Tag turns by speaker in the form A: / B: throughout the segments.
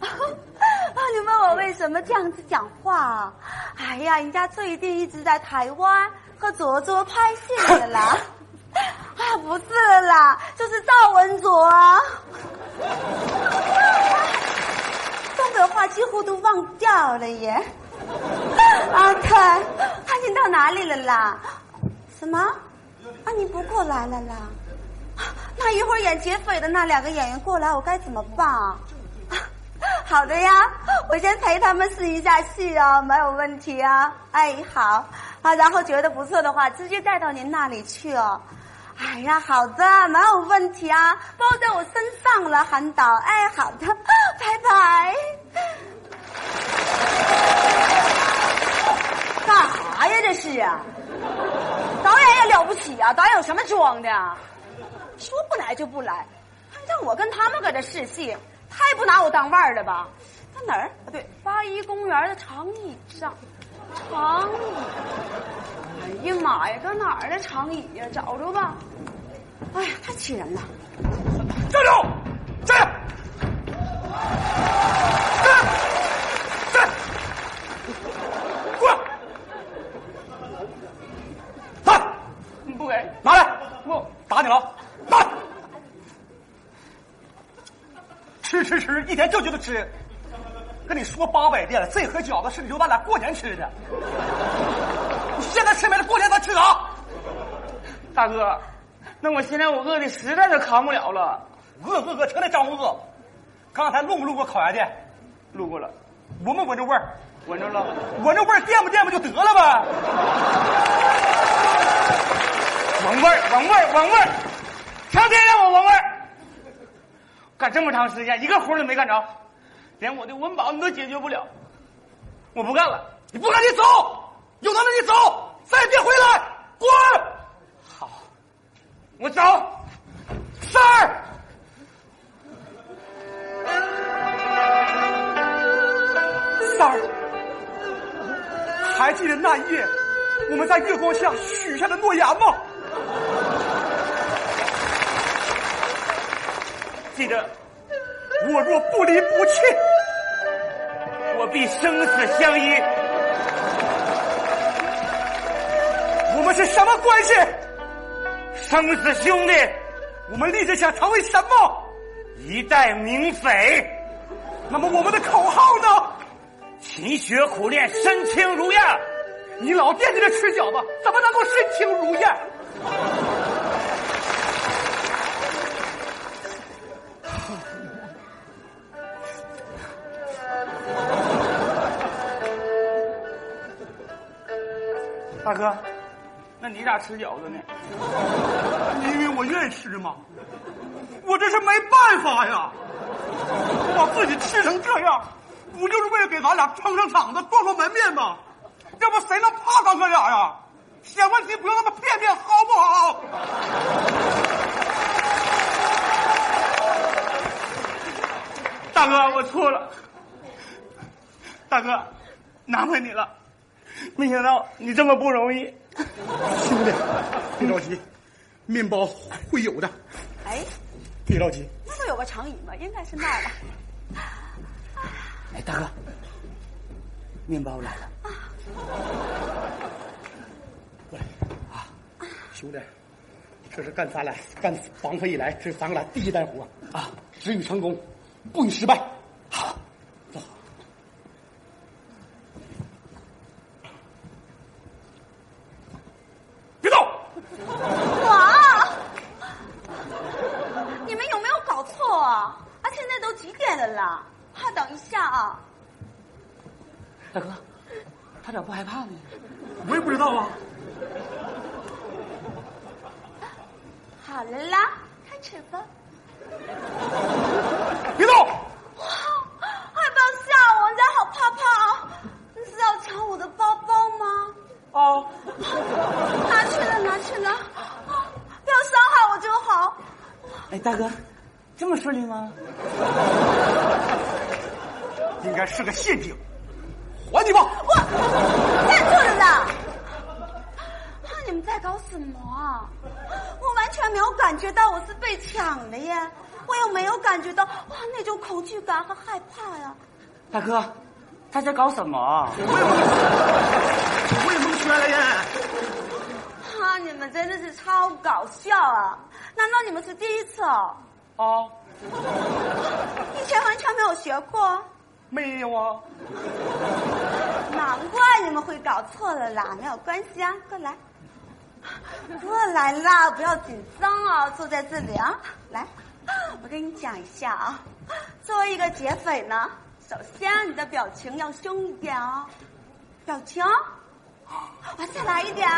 A: 问啊我为什么这样子讲话啊？哎呀，人家最近一直在台湾和卓卓拍戏了啦。哎呀，不是了啦，就是赵文卓啊。东北话几乎都忘掉了耶。阿凯，他已经到哪里了啦？什么？啊，你不过来了啦？啊那一会儿演劫匪的那两个演员过来，我该怎么办啊？好的呀，我先陪他们试一下戏啊，没有问题啊。哎，好啊，然后觉得不错的话，直接带到您那里去哦。哎呀，好的，没有问题啊，包在我身上了，韩导。哎，好的，拜拜。
B: 干啥呀？这是啊！导演也了不起啊！导演有什么装的？啊？说不来就不来，让我跟他们搁这试戏，太不拿我当腕儿了吧？在哪儿？啊，对，八一公园的长椅上，长椅。哎呀妈呀，搁哪儿的长椅呀、找着吧。哎呀，太气人了！
C: 站住！站！站！站！过来！来，
B: 不给，
C: 拿来！我打你了！拿来！吃吃吃，一天就知道吃。跟你说八百遍了，这盒饺子是留咱俩过年吃的。你现在吃没了，过年咱吃啥？
D: 大哥，那我现在我饿的实在是扛不了了，
C: 饿饿饿，成天张饿。刚才路不路过烤鸭店？
D: 路过了，
C: 闻没闻着味儿？
D: 闻着了，
C: 闻着味儿垫吧垫吧就得了呗。
D: 闻味儿，闻味儿，闻味儿，成天让我闻味儿。干这么长时间，一个活儿都没干着，连我的温饱你都解决不了，我不干了。
C: 你不干你走，有能耐你走，再也别回来，滚！
D: 我走，
C: 三儿，三儿，还记得那一夜我们在月光下许下的诺言吗？
D: 记着，
C: 我若不离不弃，
D: 我必生死相依。
C: 我们是什么关系？
D: 生死兄弟，
C: 我们立志想成为什么？
D: 一代名匪，
C: 那么我们的口号呢？
D: 勤学苦练，身轻如燕。
C: 你老惦记着吃饺子，怎么能够身轻如燕？
D: 大哥，那你咋吃饺子呢？
C: 你以为我愿意吃吗？我这是没办法呀，我把自己吃成这样，不就是为了给咱俩撑撑场子、壮壮门面吗？要不谁能怕咱哥俩呀？想问题不要那么片面，好不好？
D: 大哥，我错了。大哥，难为你了，没想到你这么不容易。
C: 兄弟，别着急，面包会有的，
B: 哎，
C: 别着急。
B: 那不有个长椅吗？应该是那儿吧。
C: 哎，大哥，面包来了，过来啊，兄弟，这是干咱俩干绑匪以来，这是咱俩第一单活啊，只与成功，不与失败。好，坐好。别动！
A: 哇！你们有没有搞错啊？啊，现在都几点了啦？啊，等一下啊！
D: 大哥，他咋不害怕呢？
C: 我也不知道啊，
A: 好了啦，开始吧！
C: 别动！
A: 哇，还不要吓我，人家好怕怕啊！你是要抢我的包包吗？
D: 哦，
A: 拿去了，拿去了！啊，不要伤害我就好。
D: 哎，大哥，这么顺利吗？
C: 应该是个陷阱，还你吧。
A: 我站住了啦！啊，你们在搞什么啊？我完全没有感觉到我是被抢的耶，我也没有感觉到哇那种恐惧感和害怕呀。
D: 大哥，他在搞什么啊？
C: 我也蒙圈了耶！
A: 啊，你们真的是超搞笑啊！难道你们是第一次哦？
D: 啊，
A: 以前完全没有学过，
D: 没有啊。
A: 难怪你们会搞错了啦。没有关系啊，过来，过来啦，不要紧张啊，坐在这里啊。来，我跟你讲一下啊，作为一个劫匪呢，首先你的表情要凶一点啊、表情，啊，再来一点，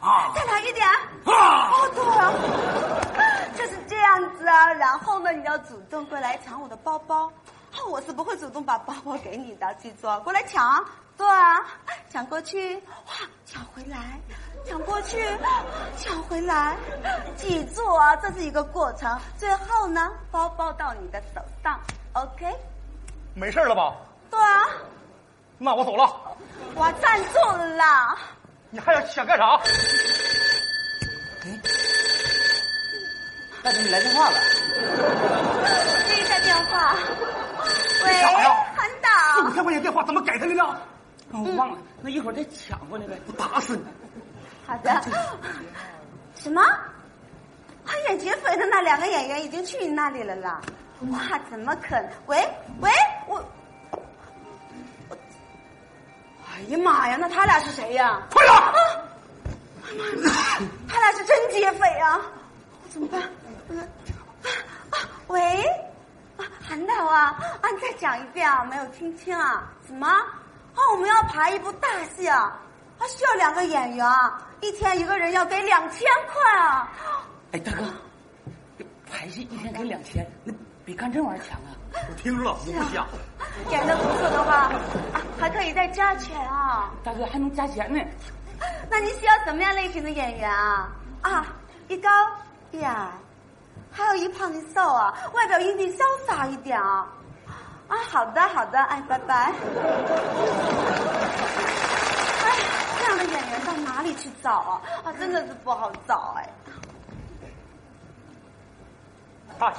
D: 啊
A: 再来一点。
D: 啊！
A: 哦，对了， 就是这样子啊。然后呢，你要主动过来抢我的包包，哦我是不会主动把包包给你的，记住啊，过来抢。对啊，抢过去，哇，抢回来，抢过去，抢回来，记住啊，这是一个过程。最后呢，包包到你的手上，OK？
C: 没事了吧？
A: 对啊，
C: 那我走了。
A: 我站住了啦。
C: 你还要想干啥？
D: 大哎姐，你来电话了。
A: 接一下电话。喂
C: 干啥呀，
A: 韩
C: 这
A: 导
C: 五。千块钱电话怎么给他的呢？
D: 我哦忘了，那一会儿再抢回来呗。
C: 我打死你！
A: 好的。什么？啊，演劫匪的那两个演员已经去你那里了啦！哇，怎么可能？喂喂，我
B: 哎呀妈呀，那他俩是谁呀、
C: 快点！
A: 啊他俩是真劫匪啊！我怎么办？嗯啊啊，喂，啊，韩导啊，啊，你再讲一遍啊，没有听清啊？怎么？啊，我们要排一部大戏啊，啊，需要两个演员啊，一天一个人要给两千块啊！
D: 哎，大哥，这排戏一天给两千，那比干这玩意儿强啊！
C: 我听着了，我不想。
A: 演的不错的话，啊，还可以再加钱啊。
D: 大哥还能加钱呢。
A: 那您需要什么样类型的演员啊？啊，一高一矮，还有一胖一瘦啊，外表英俊潇洒一点啊。啊，好的好的，哎，拜 拜。哎，这样的演员到哪里去找啊？啊，真的是不好找哎。
C: 大姐，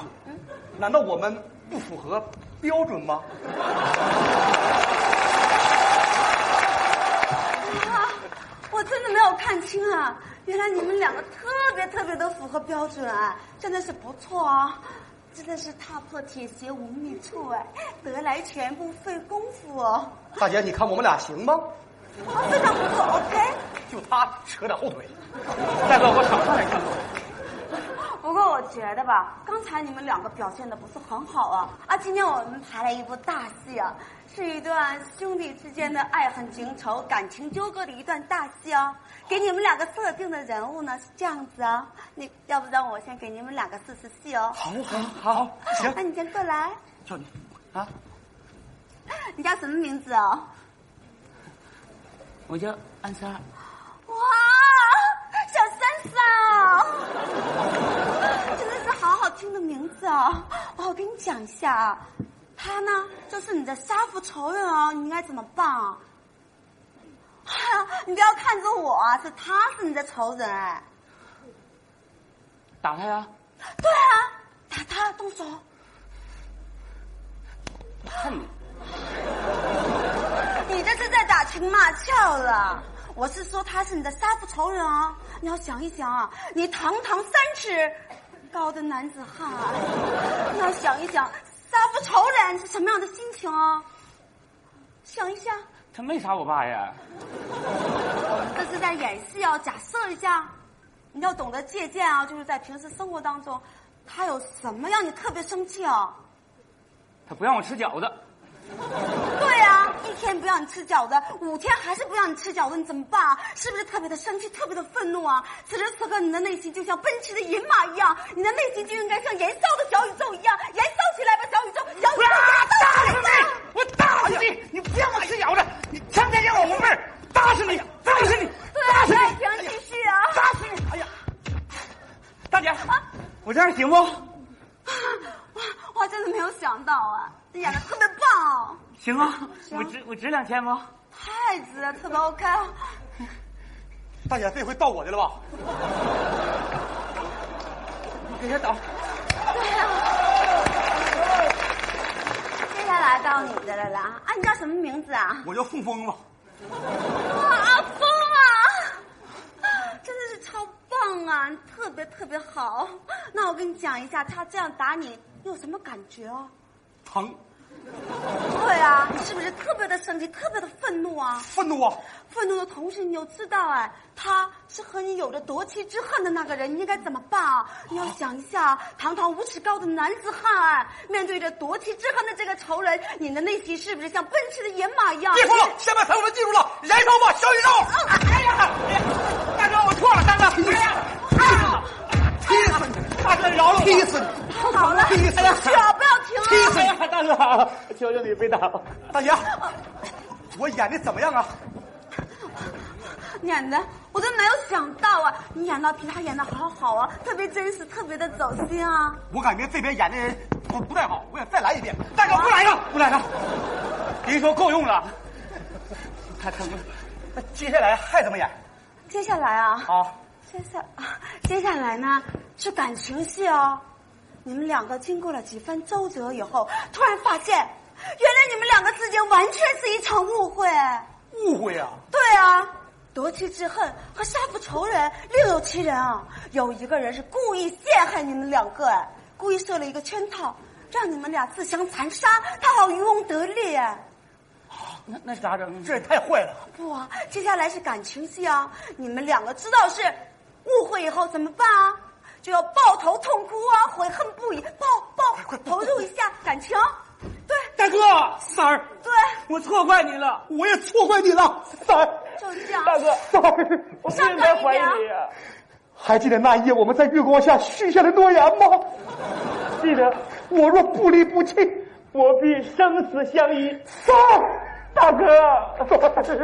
C: 难道我们不符合标准吗？
A: 啊，我真的没有看清啊！原来你们两个特别特别的符合标准啊，真的是不错啊！真的是踏破铁鞋无觅处哎，得来全不费工夫哦，
C: 大姐，你看我们俩行吗？
A: 啊，非常不错，OK。
C: 就他扯点后腿。大哥，我少上点看看。
A: 不过我觉得吧，刚才你们两个表现的不是很好啊啊！今天我们排了一部大戏啊，是一段兄弟之间的爱恨情仇、感情纠葛的一段大戏哦。给你们两个设定的人物呢是这样子啊，你要不让我先给你们两个试试戏哦？
D: 好，好，好，行
A: 那、，你先过来，
D: 叫你啊，
A: 你叫什么名字哦？
D: 我叫安三儿。
A: 哇，小三嫂，真的是好好听的名字哦！哦我跟你讲一下啊，他呢就是你的杀父仇人哦，你应该怎么办啊？哎呀 你不要看着我啊，是他是你的仇人哎。
D: 打他呀！
A: 对啊，打他，动手。
D: 我看你，
A: 你这是在打情骂俏了。我是说他是你的杀父仇人啊！你要想一想啊，你堂堂三尺高的男子汉啊，你要想一想杀父仇人是什么样的心情啊？想一下，
D: 他没杀我爸呀！
A: 这是在演戏哦，假设一下，你要懂得借鉴啊，就是在平时生活当中，他有什么让你特别生气哦？
D: 他不让我吃饺子，
A: 对呀、一天不让你吃饺子，五天还是不让你吃饺子，你怎么办啊？是不是特别的生气，特别的愤怒啊？此时此刻，你的内心就像奔驰的野马一样，你的内心就应该像燃烧的小宇宙一样，燃烧起来吧，小宇宙，小宇宙，
D: 打
A: 燃烧
D: 死
A: 起来吧！
D: 你！我打死你！你不让我吃饺子，你天天让我红妹儿，打死你！打死你！打死
A: 对，啊
D: 你！
A: 爱情继续啊！
D: 打死你！哎呀，大姐，我这样行不？
A: 哇，我还真的没有想到啊，你演的特别棒哦，
D: 行啊，我值我值两千不？
A: 太值了，特别 OK 哦。
C: 大姐，这回到我的了吧？
D: 给他倒。
A: 对呀、接下来来告你的了啦！啊，你叫什么名字啊？
C: 我叫宋峰吧。
A: 哇，阿峰啊， 真的是超棒啊，你特别特别好。那我跟你讲一下，他这样打你，你有什么感觉啊？
C: 疼，
A: 对啊，你是不是特别的生气，特别的愤怒啊？
C: 愤怒啊！
A: 愤怒的同时，你又知道哎，他是和你有着夺妻之恨的那个人，你应该怎么办啊？你要想一下，堂堂五尺高的男子汉哎，面对着夺妻之恨的这个仇人，你的内心是不是像奔驰的野马一样？
C: 别说了，下面才我们进入了燃烧吧小宇宙。
D: 哎呀，哎呀大哥，我错了，大哥，哎呀，
C: 踢死你！
D: 大哥饶了我，
C: 踢死你！
A: 好了，
C: 踢死你！
A: 是啊，不要停啊！
D: 哎呀，大哥，求求你别打我，
C: 大爷，我演的怎么样啊？
A: 演的，我都没有想到啊！你演到比他演的好好啊，特别真实，特别的走心啊！
C: 我感觉这边演的人不不太好，我想再来一遍。大哥，我来一个，我来一个。
D: 您说够用了，太疼了。
C: 那接下来还怎么演？
A: 接下来啊，
C: 啊，
A: 接下 啊，接下来呢是感情戏哦。你们两个经过了几番周折以后，突然发现，原来你们两个之间完全是一场误会。
C: 误会啊！
A: 对啊，夺妻之恨和杀父仇人另有其人啊！有一个人是故意陷害你们两个，哎，故意设了一个圈套，让你们俩自相残杀，他好渔翁得利哎。
D: 那那咋整？
C: 这也太坏了。
A: 不啊，接下来是感情戏啊！你们两个知道是误会以后怎么办啊？就要抱头痛哭啊，悔恨不已，抱 抱，投入一下感情。对
D: 大哥，三儿，
A: 对，
D: 我错怪你了，
C: 我也错怪你了，三儿。
A: 就是这样。
D: 大哥，三儿，我不应该怀疑你啊。
C: 还记得那夜我们在月光下许下的诺言吗？
D: 记得，
C: 我若不离不弃，
D: 我必生死相依。
C: 三儿，
D: 大哥，
C: 站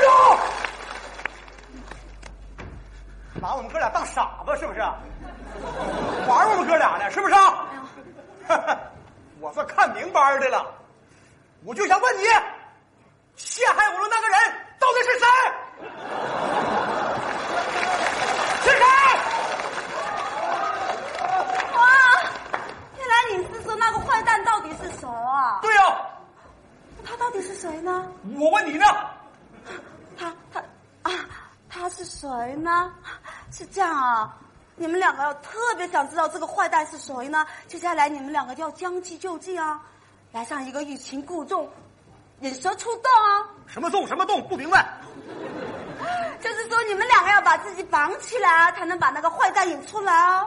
C: 住！拿我们哥俩当傻子是不是？玩我们哥俩呢是不 是？我算看明白的了，我就想问你，陷害我的那个人到底是谁？是谁？
A: 哇，原来你是说那个坏蛋到底是谁啊？
C: 对呀、
A: 他到底是谁呢？
C: 我问你呢。
A: 他他啊，他是谁呢？是这样啊，你们两个要特别想知道这个坏蛋是谁呢？接下来你们两个就要将计就计啊，来上一个欲擒故纵，引蛇出洞啊。
C: 什么动什么动？不明白。
A: 就是说，你们两个要把自己绑起来啊，才能把那个坏蛋引出来哦。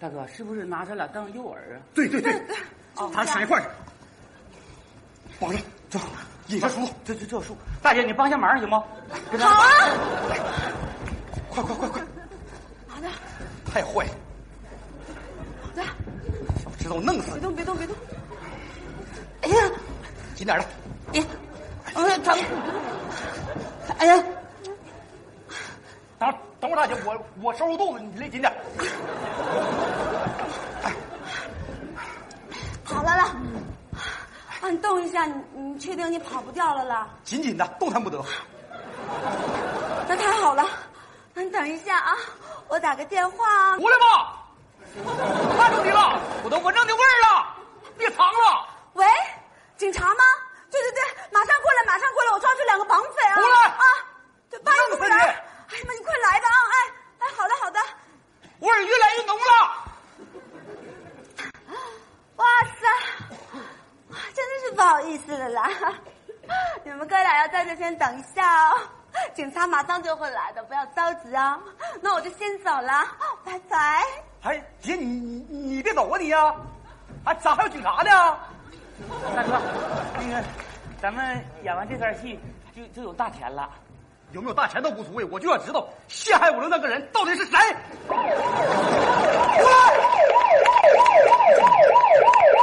D: 大哥，是不是拿咱俩当诱饵啊？
C: 对对对，
A: 哦
C: 咱俩一块儿去。绑着，走，引着叔，啊这这这叔，
D: 大姐，你帮下忙行吗？
A: 好啊，
C: 快快快快！
A: 好的，
C: 太坏了，
A: 好的，
C: 早知道弄死
A: 别
C: 你！
A: 动，别动，别动。哎呀，
C: 紧点儿来，
A: 哎呀，哎疼！哎呀，
C: 等会儿等会儿大姐，我我收拾肚子，你勒紧点儿。
A: 好了啦。啊，你动一下，你你确定你跑不掉了啦？
C: 紧紧的，动弹不得。
A: 那太好了，那你等一下啊，我打个电话啊。
D: 出来吧，看着你了，我都闻着你味儿了，别藏了，
A: 喂，警察吗？对对对，马上过来，马上过来，我抓住两个绑匪啊！
D: 过来
A: 啊！对，半
C: 弄
A: 夜
C: 死
A: 不
C: 你
A: 来。哎呀妈，你快来吧啊！哎哎，好的好的。
D: 味儿越来越浓了。
A: 哇塞，真的是不好意思了啦！ 你们哥俩要在这先等一下哦，警察马上就会来的，不要着急啊。那我就先走了，拜拜。
C: 哎，姐，你你你别走啊你呀、哎，咋还有警察呢？
D: 大哥，那个，咱们演完这段戏就就有大钱了。
C: 有没有大钱都无所谓，我就要知道陷害我的那个人到底是谁。过来！